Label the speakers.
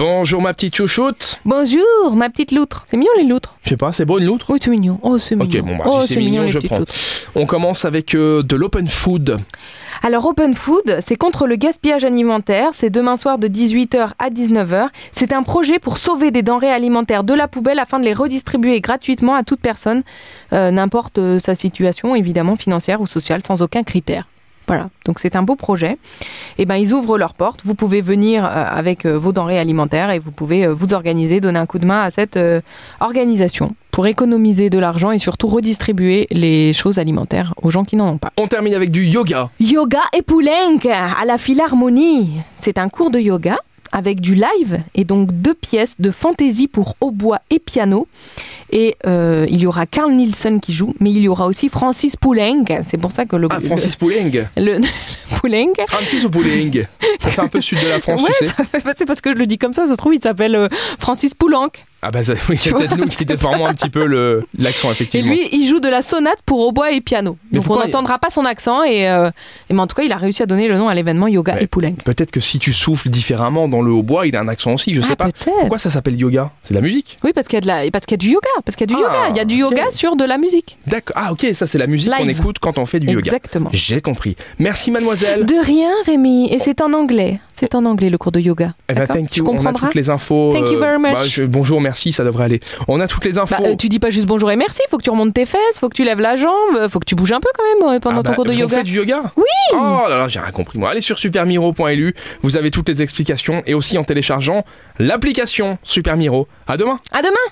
Speaker 1: Bonjour ma petite chouchoute.
Speaker 2: Bonjour, ma petite loutre. C'est mignon les loutres.
Speaker 1: Je sais pas, c'est beau une loutre
Speaker 2: Oui, c'est mignon. Oh, c'est
Speaker 1: Ok,
Speaker 2: mignon.
Speaker 1: bon, bah, si
Speaker 2: oh,
Speaker 1: c'est mignon,
Speaker 2: les
Speaker 1: je
Speaker 2: petites
Speaker 1: prends.
Speaker 2: loutres.
Speaker 1: On commence avec euh, de l'open food.
Speaker 2: Alors, Open Food, c'est contre le gaspillage alimentaire. C'est demain soir de 18h à 19h. C'est un projet pour sauver des denrées alimentaires de la poubelle afin de les redistribuer gratuitement à toute personne, euh, n'importe euh, sa situation, évidemment financière ou sociale, sans aucun critère. Voilà, donc c'est un beau projet. Et ben ils ouvrent leurs portes. Vous pouvez venir euh, avec euh, vos denrées alimentaires et vous pouvez euh, vous organiser, donner un coup de main à cette euh, organisation pour économiser de l'argent et surtout redistribuer les choses alimentaires aux gens qui n'en ont pas.
Speaker 1: On termine avec du yoga.
Speaker 2: Yoga et Poulenc à la Philharmonie. C'est un cours de yoga avec du live et donc deux pièces de fantaisie pour hautbois et piano. Et euh, il y aura Carl Nielsen qui joue, mais il y aura aussi Francis Poulenc. C'est pour ça que le,
Speaker 1: Ah, Francis Pouling.
Speaker 2: le, le Poulenc,
Speaker 1: Francis ou Pouling Ça fait un peu sud de la France, tu
Speaker 2: Ouais,
Speaker 1: sais.
Speaker 2: c'est parce que je le dis comme ça, ça se trouve il s'appelle euh, Francis Poulenc.
Speaker 1: Ah bah ça- oui, c'est
Speaker 2: vois,
Speaker 1: peut-être nous qui déformons un petit peu le- l'accent,
Speaker 2: Et
Speaker 1: effectivement.
Speaker 2: lui, il joue de la sonate pour hautbois et piano.
Speaker 1: Mais
Speaker 2: donc on
Speaker 1: pourquoi il-
Speaker 2: n'entendra pas son accent. Et, euh, et- mais en tout cas, il a réussi à donner le nom à l'événement Yoga
Speaker 1: Ouais.
Speaker 2: et Poulenc.
Speaker 1: Peut-être que si tu souffles différemment dans le hautbois, il a un accent aussi, je sais
Speaker 2: Ah,
Speaker 1: pas.
Speaker 2: peut-être.
Speaker 1: Pourquoi ça s'appelle yoga C'est de la musique
Speaker 2: Oui, parce qu'il y a de la, parce qu'il y a du yoga, parce qu'il y a du
Speaker 1: Ah,
Speaker 2: yoga, il y a du
Speaker 1: ok.
Speaker 2: yoga sur de la musique.
Speaker 1: D'accord. Ah ok, ça c'est la musique qu'on
Speaker 2: Live.
Speaker 1: écoute quand on fait du yoga.
Speaker 2: Exactement.
Speaker 1: J'ai compris. Merci mademoiselle.
Speaker 2: De rien, Rémi, et c'est en anglais. C'est en anglais le cours de yoga.
Speaker 1: Eh ben,
Speaker 2: D'accord
Speaker 1: thank
Speaker 2: tu
Speaker 1: you. On a
Speaker 2: comprendras.
Speaker 1: toutes les infos. euh, bah,
Speaker 2: Thank you very much.
Speaker 1: je- bonjour, merci, ça devrait aller. On a toutes les infos.
Speaker 2: Bah, euh, tu dis pas juste bonjour et merci, faut que tu remontes tes fesses, faut que tu lèves la jambe, euh, faut que tu bouges un peu quand même euh, pendant
Speaker 1: Ah bah,
Speaker 2: ton cours de
Speaker 1: on
Speaker 2: yoga.
Speaker 1: fait du yoga Oui Oh là là, j'ai rien compris moi. Allez sur supermiro.lu, vous avez toutes les explications et aussi en téléchargeant l'application Super Miro. À demain
Speaker 2: À demain.